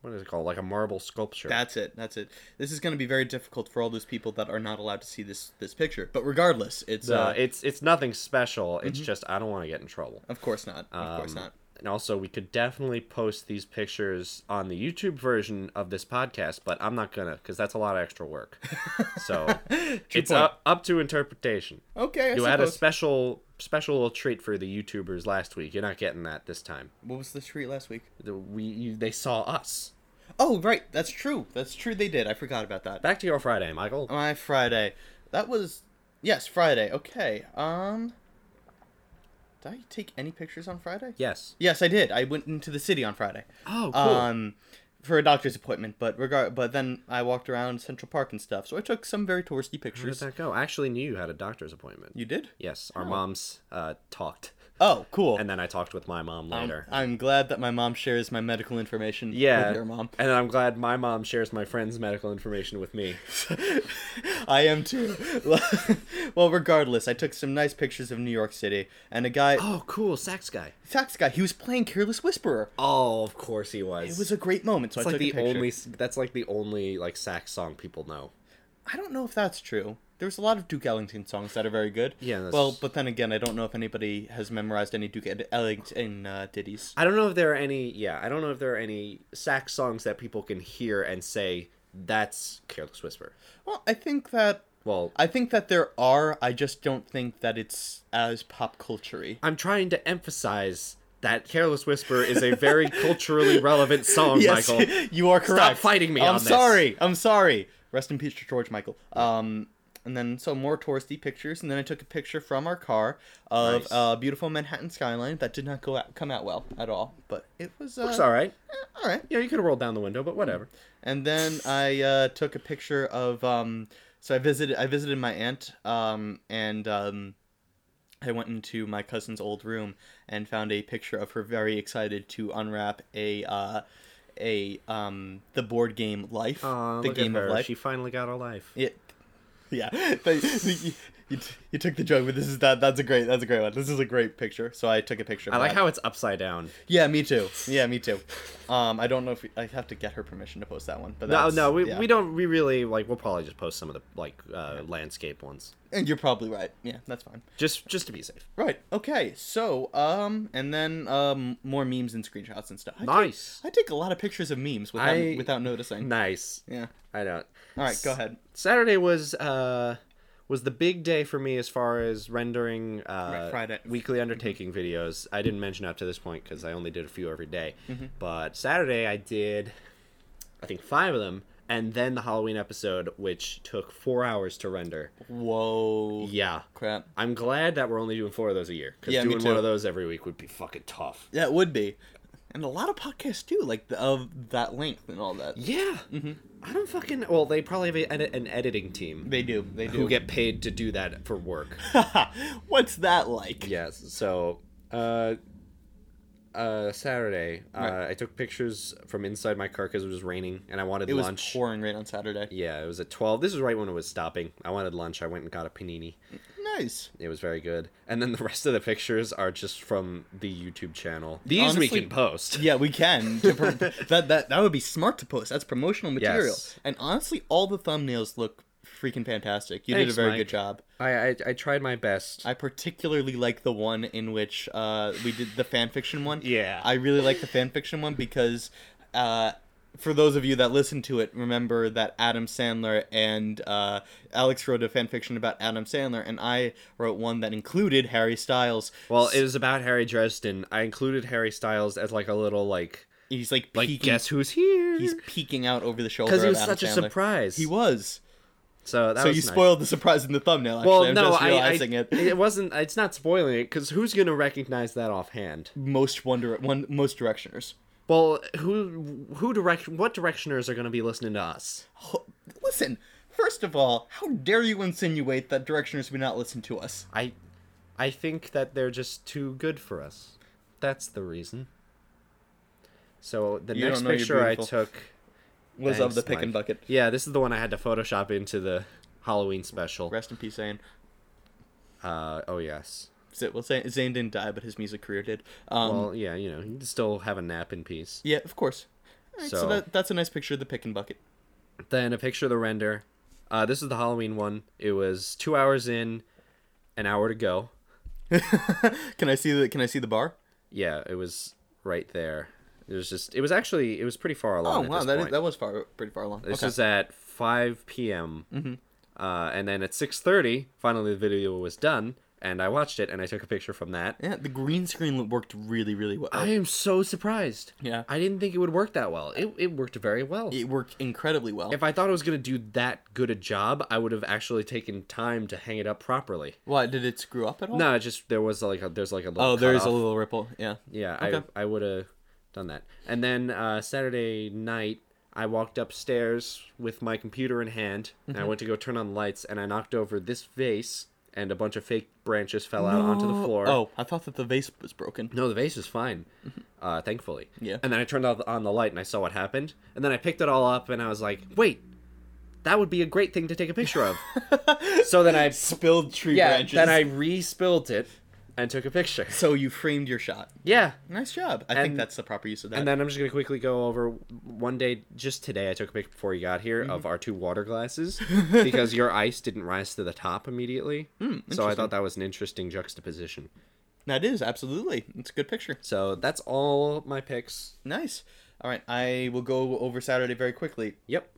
what is it called? Like a marble sculpture.
That's it. That's it. This is going to be very difficult for all those people that are not allowed to see this this picture. But regardless, it's
uh,
uh, Mm-hmm.
it's it's nothing special. It's just I don't want to get in trouble.
of course not. Of course
Um,
not.
And also, we could definitely post these pictures on the YouTube version of this podcast, but I'm not gonna because that's a lot of extra work. So it's
point.
up, up to interpretation.
Okay. I
You had a
suppose.
special special little treat for the YouTubers last week. You're not getting that this time.
what was the street last week?
The- We you, they saw us.
Oh, right. That's true. That's true. They did. I forgot about that.
Back to your Friday, Michael.
My Friday. That was yes, Friday. Okay. Um Did I take any pictures on Friday?
Yes.
Yes, I did. I went into the city on Friday.
Oh, cool.
Um for a doctor's appointment, but regard but then I walked around Central Park and stuff. So I took some very touristy
Where did
pictures.
that go? I actually knew you had a doctor's appointment.
You did?
Yes, our moms uh, talked,
Oh, cool.
and then I talked with my mom
Um,
later.
I'm glad that my mom shares my medical information
Yeah.
with your mom.
And I'm glad my mom shares my friend's medical information with me.
I am too. well, regardless, I took some nice pictures of New York City and a guy,
Oh, cool, sax guy.
sax guy, he was playing Careless Whisperer.
Oh, of course he was.
It was a great moment. So
It's
I
like
took
the
a picture.
only. That's like the only like sax song people know.
I don't know if that's true. There's a lot of Duke Ellington songs that are very good.
Yeah, that's-
Well, but then again, I don't know if anybody has memorized any Duke Ed- Ellington uh, ditties.
I don't know if there are any. Yeah, I don't know if there are any sax songs that people can hear and say that's Careless Whisper.
Well, I think that
Well,
I think that there are. I just don't think that it's as pop culture-y.
I'm trying to emphasize that Careless Whisper is a very culturally relevant song,
yes,
Michael.
you are correct.
fighting me
I'm
on this.
sorry. I'm sorry. Rest in peace to George Michael. Um, and then so more touristy pictures, and then I took a picture from our car of
Nice.
a beautiful Manhattan skyline that did not go out, come out well at all, but it was uh,
It's all right.
all right.
Yeah, you could have rolled down the window, but whatever.
And then I uh, took a picture of um, so I visited I visited my aunt um, and um, I went into my cousin's old room and found a picture of her very excited to unwrap a uh, a um the board game Life,
Aw,
the
look at
game of
her.
life.
She finally got a life.
Yeah, yeah. But you, you, t- you took the joke, but this is that. That's a great. That's a great one. This is a great picture. So I took a picture. Of
I like
that.
how it's upside down.
Yeah, me too. Yeah, me too. Um, I don't know if I have to get her permission to post that one, but
No,
that's,
no, we,
yeah.
we don't. We really like. We'll probably just post some of the like uh, landscape ones,
And you're probably right. Yeah, that's fine.
just just to be safe.
Right. Okay. So, um, and then um, more memes and screenshots and stuff. I
Nice,
Take, I take a lot of pictures of memes without
I-
without noticing.
nice.
Yeah.
I don't.
All right. Go ahead.
Saturday was uh was the big day for me as far as rendering uh,
Right, Friday. Mm-hmm.
weekly undertaking videos. I didn't mention up to this point because I only did a few every day.
Mm-hmm.
But Saturday I did, I think five of them, and then the Halloween episode, which took four hours to render.
Whoa.
Yeah,
Crap.
I'm glad that we're only doing four of those a year because
Yeah, me
doing one
too.
of those every week would be fucking tough.
Yeah, it would be. And a lot of podcasts do like the, of that length and all that.
Yeah,
Mm-hmm.
I don't fucking. Well, they probably have a, an, an editing team
They do. They do.
who get paid to do that for work.
What's that like?
Yes. So, uh, uh, Saturday, uh, I took pictures from inside my car because it was raining and I wanted
It was
lunch.
pouring rain on Saturday.
Yeah, it was at 12. This is right when it was stopping. I wanted lunch. I went and got a panini.
Nice.
It was very good. And then the rest of the pictures are just from the YouTube channel. These we
Honestly-
can post.
Yeah, we can. To pro- that that that would be smart to post. That's promotional material.
Yes.
And honestly, all the thumbnails look freaking fantastic. You did a
Thanks,
very
Mike.
good job.
I, I, I tried my best.
I particularly like the one in which uh, we did the fan fiction one.
Yeah.
I really like the fan fiction one because, uh, for those of you that listen to it, remember that Adam Sandler and uh, Alex wrote a fan fiction about Adam Sandler, and I wrote one that included Harry Styles.
well, it was about Harry Dresden. I included Harry Styles as like a little like
he's like
like
peeking.
guess who's here?
He's peeking out over the shoulder.
because
Because
he was such a surprise.
He was.
So that
so
was
you
nice.
spoiled the surprise in the thumbnail. Actually,
Well,
I'm
no,
just
I, I,
realizing
it.
it.
wasn't. It's not spoiling it because who's gonna recognize that offhand?
Most one, dire- one most directioners.
Well, who who direct what directioners are gonna be listening to us?
Ho- Listen, first of all, how dare you insinuate that directioners would not listen to us?
I I think that they're just too good for us. That's the reason. So the
You
next
don't know you're
picture I
beautiful.
took
Was of
Thanks,
the pick and
Mike.
bucket.
Yeah, this is the one I had to Photoshop into the Halloween special.
Rest in peace, Zane.
Uh, oh yes.
Z- Well, Zane, Zane didn't die, but his music career did. Um,
Well, yeah, you know, you can still have a nap in peace.
yeah, of course. All right, so
So-
that, that's a nice picture of the pick and bucket.
Then a picture of the render. Uh, this is the Halloween one. It was two hours in, an hour to go.
can I see the Can I see the bar?
Yeah, it was right there. It was just. It was actually. It was pretty far
Oh
along. at
wow,
this
that, is,
point.
that was far, pretty far along.
This
okay. Mm-hmm.
was at 5 p.m. Uh, and then at 6:30, finally the video was done, and I watched it, and I took a picture from that.
yeah, the green screen worked really, really well.
I am so surprised.
Yeah.
I didn't think it would work that well. It it worked very well.
it worked incredibly well.
if I thought I was gonna do that good a job, I would have actually taken time to hang it up properly.
Why did it screw up at all?
No, it just there was like a, there's like a little
Oh, there is
cutoff.
a little ripple. Yeah.
Yeah,
Okay.
I I would have done that. And then uh, Saturday night, I walked upstairs with my computer in hand,
Mm-hmm.
and I went to go turn on the lights, and I knocked over this vase, and a bunch of fake branches fell out onto the
Oh,
floor.
Oh, I thought that the vase was broken.
No, the vase was fine, uh, thankfully.
Yeah.
And then I turned on on the light, and I saw what happened, and then I picked it all up, and I was like, wait. That would be a great thing to take a picture of. so then I
Spilled tree
yeah,
branches.
then I re-spilled it and took a picture.
So you framed your shot.
Yeah,
Nice job. I think
And-
that's the proper use of that.
And then I'm just gonna quickly go over one day, just today. I took a picture before you got here of our two water glasses because your ice didn't rise to the top immediately. so I thought that was an Hmm, interesting juxtaposition.
that is absolutely. It's a good picture.
So that's all my picks.
Nice. All right, I will go over Saturday very quickly.
Yep.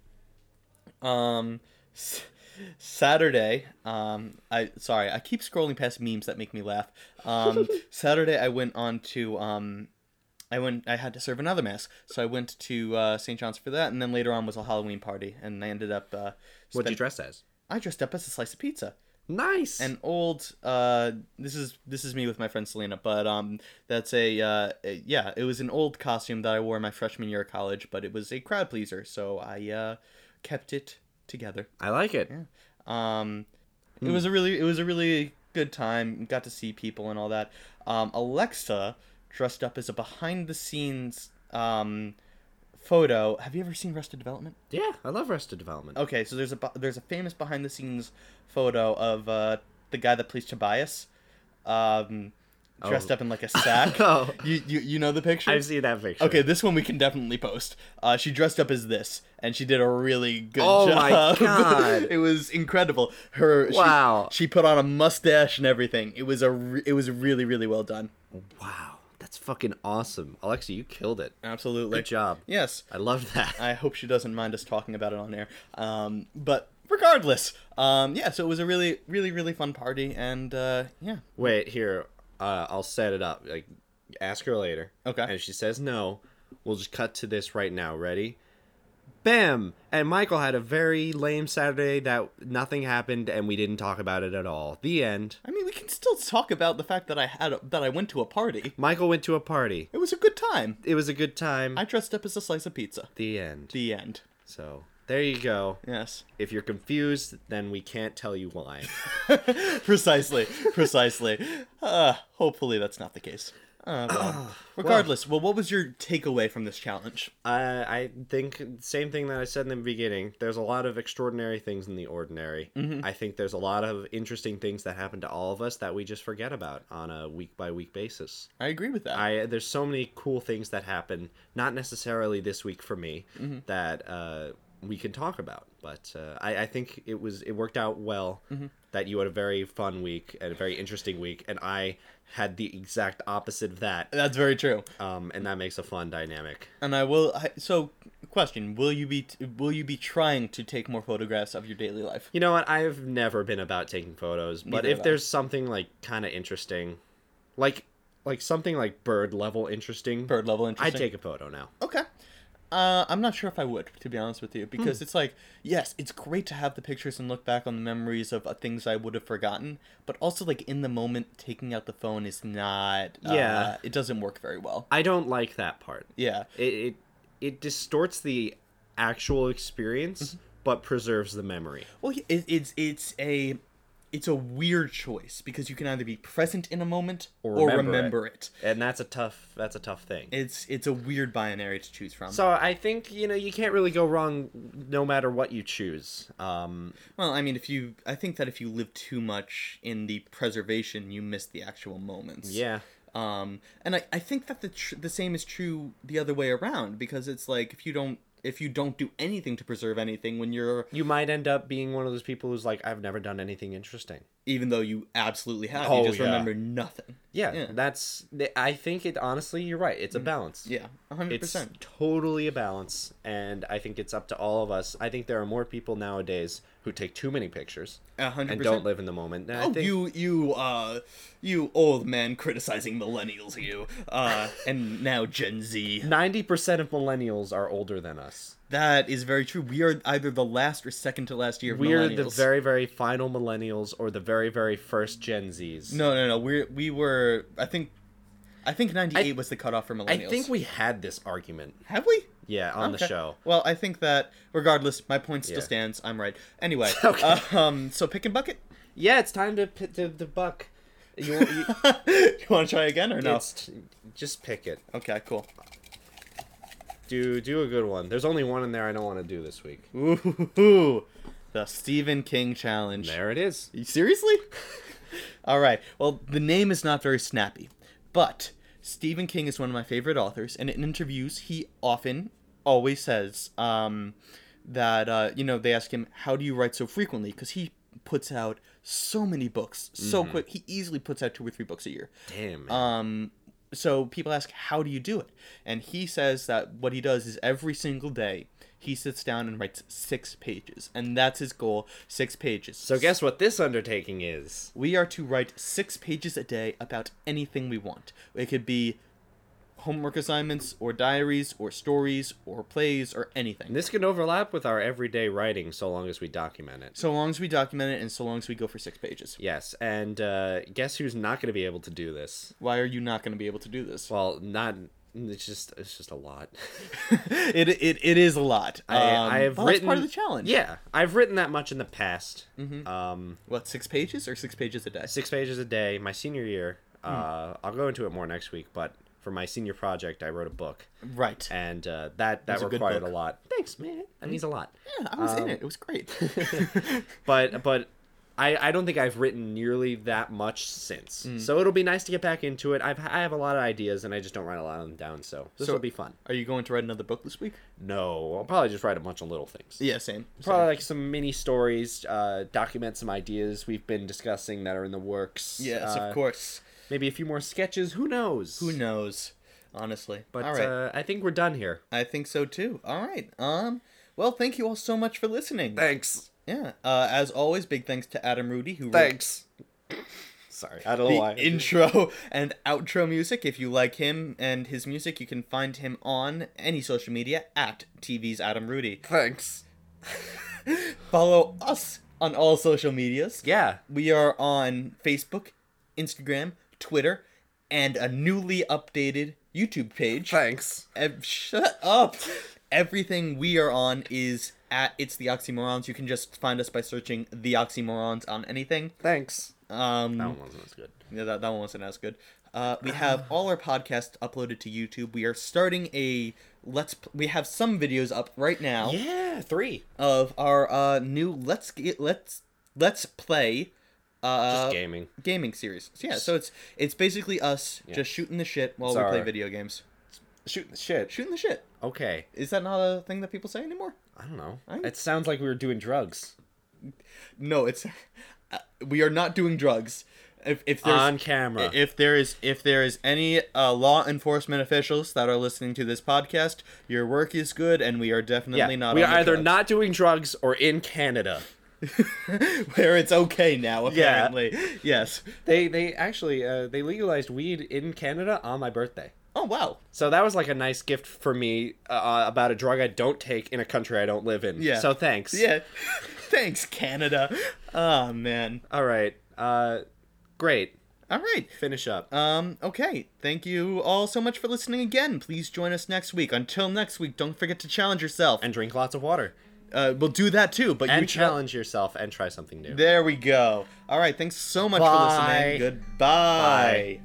Um, s- Saturday. Um, I sorry, I keep scrolling past memes that make me laugh. Um, Saturday, I went on to um, I went. I had to serve another mass, so I went to uh, St. John's for that, and then later on was a Halloween party, and I ended up. Uh,
What'd you
spend-
dress as?
I dressed up as a slice of pizza.
Nice.
an old uh this is this is me with my friend Selena, but um that's a uh a- yeah, it was an old costume that I wore my freshman year of college, but it was a crowd pleaser, so I uh kept it together.
I like it.
Um it was a really it was a really good time. Got to see people and all that. Um Alexa dressed up as a behind the scenes um photo. Have you ever seen Arrested Development?
Yeah, I love Arrested Development.
Okay, so there's a bu- there's a famous behind the scenes photo of uh, the guy that plays Tobias, um, dressed
Oh.
up in like a sack.
Oh.
You, you you know the picture?
I've seen that picture.
Okay, this one we can definitely post. Uh, she dressed up as this, and she did a really good
Oh
job.
my God.
it was incredible. Her she-
Wow.
She, put on a mustache and everything. It was a re- it was really really well done.
Wow, that's fucking awesome, Alexa. You killed it.
Absolutely.
Good job.
Yes.
I love that.
I hope she doesn't mind us talking about it on air. Um, but regardless, um, yeah, so it was a really, really, really fun party, and uh, yeah,
Wait here, uh, I'll set it up. Like, ask her later.
Okay.
And if she says no, we'll just cut to this right now. Ready? Bam! And Michael had a very lame Saturday that nothing happened and we didn't talk about it at all. The end.
I mean, we can still talk about the fact that I had a, that I went to a party.
Michael went to a party.
It was a good time.
It was a good time.
I dressed up as a slice of pizza.
The end.
The end.
So there you go.
Yes,
If you're confused, then we can't tell you why.
precisely, precisely. Uh, hopefully, that's not the case. Uh, well. Regardless, well, what was your takeaway from this challenge?
Uh, I think same thing that I said in the beginning. There's a lot of extraordinary things in the ordinary. I think there's a lot of interesting things that happen to all of us that we just forget about on a week by week basis.
I agree with that.
I there's so many cool things that happen, not necessarily this week for me, that uh, we can talk about. But uh, I, I think it was it worked out well that you had a very fun week and a very interesting week, and I had the exact opposite of that,
that's very true.
um, and that makes a fun dynamic.
And I will. I, so, question: Will you be will you be trying to take more photographs of your daily life?
You know what? I've never been about taking photos, but
Neither have
if
I.
there's something like kind of interesting, like like something like bird level interesting,
Bird level
I'd
interesting.
take a photo now.
Okay. Uh, I'm not sure if I would, to be honest
Hmm.
with you, because it's like, yes, it's great to have the pictures and look back on the memories of uh, things I would have forgotten, but also like in the moment, taking out the phone is not. Uh,
Yeah.
It doesn't work very well.
I don't like that part.
Yeah.
It it, it distorts the actual experience,
Mm-hmm.
but preserves the memory.
Well, yeah, it, it's it's a it's a weird choice because you can either be present in a moment or remember,
remember it.
it.
And that's a tough that's a tough thing.
It's it's a weird binary to choose from.
so I think you know you can't really go wrong no matter what you choose. Um,
Well, I mean, if you, I think that if you live too much in the preservation, you miss the actual moments.
yeah,
Um, and I, I think that the tr- the same is true the other way around because it's like if you don't if you don't do anything to preserve anything when you're
you might end up being one of those people who's like, I've never done anything interesting.
even though you absolutely have
Oh,
you just
yeah.
remember nothing.
Yeah,
Yeah. Mm.
that's. I think it. Honestly, you're right. It's a balance.
Yeah, a hundred
it's
percent.
totally a balance, and I think it's up to all of us. I think there are more people nowadays who take too many pictures
A hundred
and
percent.
don't live in the moment. And I
Oh,
think-
you you uh you old man criticizing millennials you uh and now Gen Z.
90% of millennials are older than us.
That is very true. We are either the last or second to last year of
We are the
millennials.
very, very final millennials or the very, very first Gen Zs.
No, no, no. We we were. I think, I think ninety eight was the cutoff for
I
millennials.
think we had this argument,
have we
yeah, on the
Okay.
show.
Well, I think that regardless, my point still
Yeah.
stands. I'm right. Anyway,
Okay.
um, so pick and bucket.
Yeah, it's time to pit the, the buck. You, you,
you want to try again or no?
it's, just pick it.
Okay, cool.
Do do a good one. There's only one in there I don't want to do this week.
Ooh, the Stephen King challenge.
There it is.
You- Seriously? All right. Well, the name is not very snappy, but Stephen King is one of my favorite authors, and in interviews, he often, always says um, that, uh, you know, they ask him, How do you write so frequently? Because he puts out so many books so quick. He easily puts out two or three books a year.
Damn.
Um, so people ask, How do you do it? And he says that what he does is every single day, he sits down and writes six pages, and that's his goal six pages.
so guess what this undertaking is?
We are to write six pages a day about anything we want. It could be homework assignments, or diaries, or stories, or plays, or anything.
This can overlap with our everyday writing so long as we document it.
So long as we document it and so long as we go for six pages.
Yes, and uh, guess who's not going to be able to do this?
Why are you not going to be able to do this?
Well, not. It's just it's just a lot.
it, it, it is a lot.
I,
Um,
I have
well, that's
written
part of the challenge. Mm-hmm.
Yeah, I've written that much in the past. Um,
What, six pages or six pages a day? Hmm.
six pages a day. My senior year. Uh, I'll go into it more next week, but for my senior project, I wrote a book,
Right.
and uh, that that
was a good
required a
book. Hmm.
lot. Thanks, man. That means a lot.
Yeah, I was in it. It
um,
was great.
But but I I don't think I've written nearly that much since. So it'll be nice to get back into it. I've I have a lot of ideas, and I just don't write a lot of them down. So this
So-
will be fun.
Are you going to write another book this week?
No, I'll probably just write a bunch of little things.
Yeah, same.
Probably like some mini stories, uh, document some ideas we've been discussing that are in the works.
Yes,
Uh,
of course.
Maybe a few more sketches. Who knows?
Who knows? Honestly.
But
all right.
uh, I think we're done here.
I think so too. All right. Um. Well, thank you all so much for listening.
Thanks.
Yeah. Uh, as always, big thanks to Adam Rudy who wrote
Thanks. Sorry, Oh, I don't know why.
the intro and outro music. If you like him and his music, you can find him on any social media at TV's Adam Rudy.
Thanks.
Follow us on all social medias.
Yeah.
We are on Facebook, Instagram, Twitter, and a newly updated YouTube page.
Thanks.
Ev- shut up. Everything we are on is at It's the Oxymorons. You can just find us by searching the Oxymorons on anything.
Thanks.
Um,
That one wasn't as good.
yeah, that, that one wasn't as good. Uh, we have all our podcasts uploaded to YouTube. We are starting a let's. P- we have some videos up right
Oh.
now
Yeah, three.
of our uh, new let's get let's let's play uh,
Just gaming.
gaming series. So, yeah, so it's it's basically us just shooting the shit while we play
our-
video games.
Shooting the shit.
Shooting the shit.
Okay.
Is that not a thing that people say anymore?
I don't know.
I'm-
It sounds like we were doing drugs
No, it's uh, we are not doing drugs. If if there's
on camera.
if there is if there is any uh, law enforcement officials that are listening to this podcast, your work is good, and we are definitely
yeah,
not.
we
on
are
the
either
drugs.
not doing drugs or in Canada.
where it's okay now.
Yeah.
Apparently, yes.
They they actually uh, they legalized weed in Canada on my birthday.
Oh wow.
So that was like a nice gift for me uh, about a drug I don't take in a country I don't live in.
Yeah.
So thanks.
Yeah. Thanks, Canada. Oh man.
All right. Uh, great.
All right.
Finish up.
Um, okay. Thank you all so much for listening again. Please join us next week. Until next week, don't forget to challenge yourself.
and drink lots of water.
uh, we'll do that too, but you
And
challenge.
challenge yourself and try something new.
There we go. All right. Thanks so much for
Bye.
listening. Goodbye.